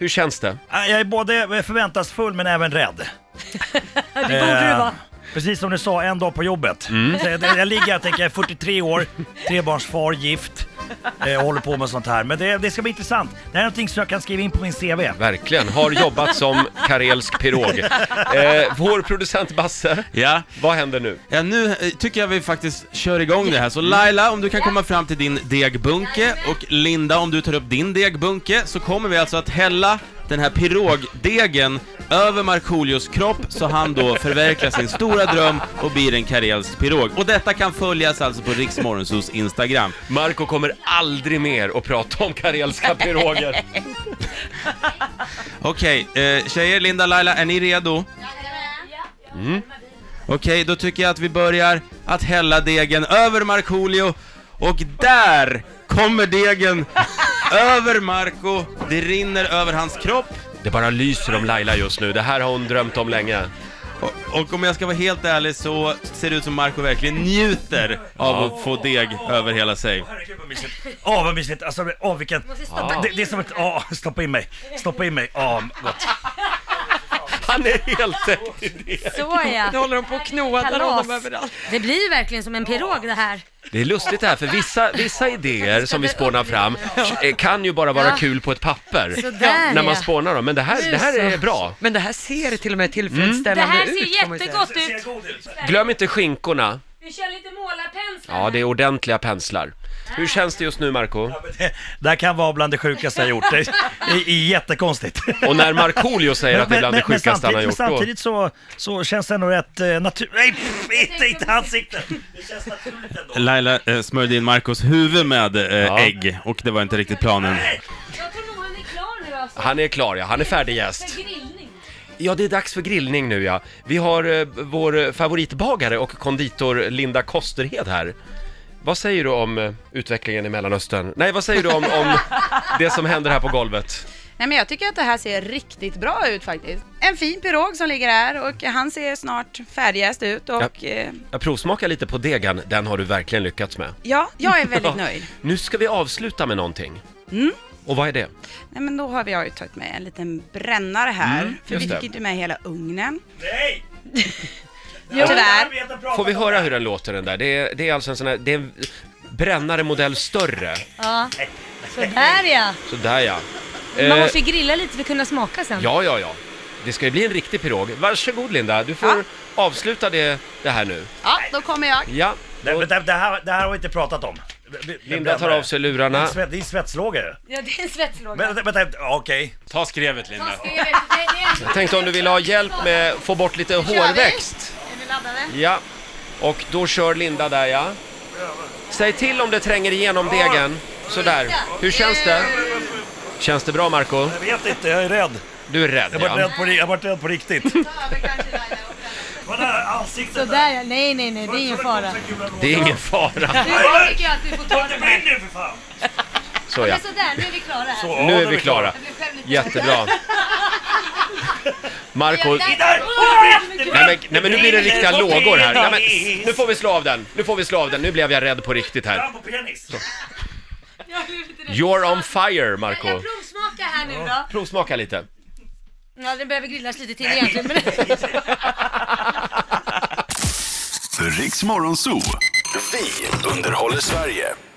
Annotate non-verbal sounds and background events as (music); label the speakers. Speaker 1: Hur känns det?
Speaker 2: Nej, Jag är både förväntansfull men även rädd.
Speaker 3: Det borde du
Speaker 2: Eh,
Speaker 3: vara.
Speaker 2: Precis som du sa, en dag på jobbet. Så jag, jag ligger här och tänker, jag är 43 år, trebarnsfar, gift, eh, håller på med sånt här. Men det, det ska bli intressant. Det här är någonting som jag kan skriva in på min CV.
Speaker 1: Verkligen, har jobbat som karelsk pirog. Eh, vår producent Basse,
Speaker 4: Ja.
Speaker 1: vad händer nu?
Speaker 4: ja, nu eh, tycker jag vi faktiskt kör igång det här. Så Laila, om du kan komma fram till din degbunke och Linda, om du tar upp din degbunke, så kommer vi alltså att hälla den här pirogdegen över Markoolios kropp så han då förverkligar sin stora dröm och blir en karelsk pirog. Och detta kan följas alltså på Riksmorgonsos Instagram.
Speaker 1: Marco kommer aldrig mer att prata om karelska piroger.
Speaker 4: Okej, eh, tjejer, Linda, Laila, är ni redo? Mm. Okej, då tycker jag att vi börjar att hälla degen över Markoolio och där kommer degen över Marco. Det rinner över hans kropp
Speaker 1: Det bara lyser om Laila just nu, det här har hon drömt om länge.
Speaker 4: och, och om jag ska vara helt ärlig så ser det ut som Marco verkligen njuter av att få deg över hela sig.
Speaker 2: Herregud vad mysigt. Åh vad mysigt. Alltså, åh vilken...
Speaker 1: stoppa.
Speaker 2: Det, det är som ett... Åh, stoppa in mig. Stoppa in mig. Åh, gott.
Speaker 1: Han är helt täckt i Eh, det.
Speaker 3: Så
Speaker 5: Nu
Speaker 3: ja.
Speaker 5: håller de på och knådar
Speaker 3: Kalas.
Speaker 5: honom överallt.
Speaker 3: Det blir ju verkligen som en pirog det här.
Speaker 1: Det är lustigt det här, för vissa, vissa idéer som vi spånar fram eh, kan ju bara vara
Speaker 3: Ja.
Speaker 1: kul på ett papper.
Speaker 3: Sådär
Speaker 1: När man
Speaker 3: ja.
Speaker 1: spånar dem, men det här, det här är bra.
Speaker 5: Men det här ser till och med
Speaker 3: Det
Speaker 5: tillfredsställande
Speaker 6: Mm.
Speaker 3: här
Speaker 5: ut.
Speaker 3: ser
Speaker 5: får man ju säga.
Speaker 3: jättegott ut.
Speaker 2: god ut.
Speaker 1: Glöm inte skinkorna.
Speaker 3: Vi kör lite målarpenslar.
Speaker 1: Ja, det är ordentliga penslar. Hur känns det just nu, Marco?
Speaker 2: Det här kan vara bland det sjukaste jag gjort. Det är, är, är jättekonstigt.
Speaker 1: Och när Markoolio säger att det är bland det sjukaste han har
Speaker 2: samtidigt,
Speaker 1: gjort, då...
Speaker 2: samtidigt så, så känns det ändå rätt eh, naturligt. Nej, pff, inte, inte ansiktet! Det känns naturligt ändå.
Speaker 4: Laila eh, smörjde in Marcos huvud med eh,
Speaker 1: Ja.
Speaker 4: ägg och det var inte riktigt planen.
Speaker 3: Jag tror nog han är klar nu alltså.
Speaker 1: Han är klar, ja. Han är färdigjäst.
Speaker 3: grillning.
Speaker 1: Ja, det är dags för grillning nu, ja. Vi har eh, vår eh, favoritbagare och konditor Linda Kosterhed här. Vad säger du om eh, utvecklingen i Mellanöstern? Nej, vad säger du om,
Speaker 2: (laughs)
Speaker 1: om det som händer här på golvet?
Speaker 6: Nej men jag tycker att det här ser riktigt bra ut faktiskt. En fin pirog som ligger här och han ser snart färdigast ut och eh, ja,
Speaker 1: Jag provsmakar lite på degen, den har du verkligen lyckats med.
Speaker 6: (laughs) ja jag är väldigt nöjd.
Speaker 1: Nu ska vi avsluta med någonting.
Speaker 6: Mm.
Speaker 1: Och vad är det?
Speaker 6: Nej men då har vi jag ju tagit med en liten brännare här, för
Speaker 1: just
Speaker 6: vi
Speaker 1: det.
Speaker 6: fick ju inte med hela ugnen.
Speaker 2: Nej!
Speaker 6: Tyvärr.
Speaker 1: Får vi höra hur den låter den där? Det är, det är alltså en sån här, det är en brännare modell större.
Speaker 3: Ja. Sådär ja.
Speaker 1: Sådär ja.
Speaker 3: Man
Speaker 1: Eh,
Speaker 3: måste ju grilla lite för att kunna smaka sen.
Speaker 1: Ja, ja, ja. Det ska ju bli en riktig pirog. Varsågod Linda, du får
Speaker 6: Ja.
Speaker 1: avsluta det, det här nu.
Speaker 6: Ja, då kommer jag.
Speaker 1: Ja,
Speaker 2: Det, men det, det, här, det här har vi inte pratat om.
Speaker 1: Linda tar av sig
Speaker 2: Det är
Speaker 1: lurarna.
Speaker 2: svett- det är svetslågor.
Speaker 3: Ja, det är en svetslåga.
Speaker 2: Men, vänta, ja, okej.
Speaker 4: Ta skrevet Linda.
Speaker 1: Jag tänkte om du vill ha hjälp med att få bort lite
Speaker 6: kör vi.
Speaker 1: hårväxt.
Speaker 6: Är ni laddade?
Speaker 1: Ja, och då kör Linda där ja. Säg till om det tränger igenom degen. Sådär. Hur känns det? Känns det bra Marco?
Speaker 2: Jag vet inte, jag är rädd.
Speaker 1: Du är rädd
Speaker 2: Jag har
Speaker 1: ja.
Speaker 2: varit, ja. varit rädd på riktigt. Kolla ansiktet
Speaker 3: Sådär ja. Nej, nej, nej. Det är ingen fara.
Speaker 1: Det är ingen fara.
Speaker 3: Nu tycker jag att vi får ta det här.
Speaker 2: nu för fan!
Speaker 1: Så ja.
Speaker 3: Men sådär, nu är vi klara här.
Speaker 1: Nu är vi klara.
Speaker 3: Jag blev själv lite
Speaker 6: (laughs)
Speaker 1: Jättebra. Marco,
Speaker 2: Där!
Speaker 1: Nej men, nej men nu blir det riktiga lågor här. Nej, men, s- nu får vi slå av den, nu får vi slå av den. Nu blev jag rädd på riktigt här.
Speaker 2: på penis!
Speaker 3: Jag blev lite rädd.
Speaker 1: You're on fire, Marco
Speaker 3: Jag provsmakar här nu då.
Speaker 1: Provsmaka lite.
Speaker 3: Ja, den behöver grillas lite till egentligen. Men...
Speaker 7: Riks Morgonzoo. Vi underhåller Sverige.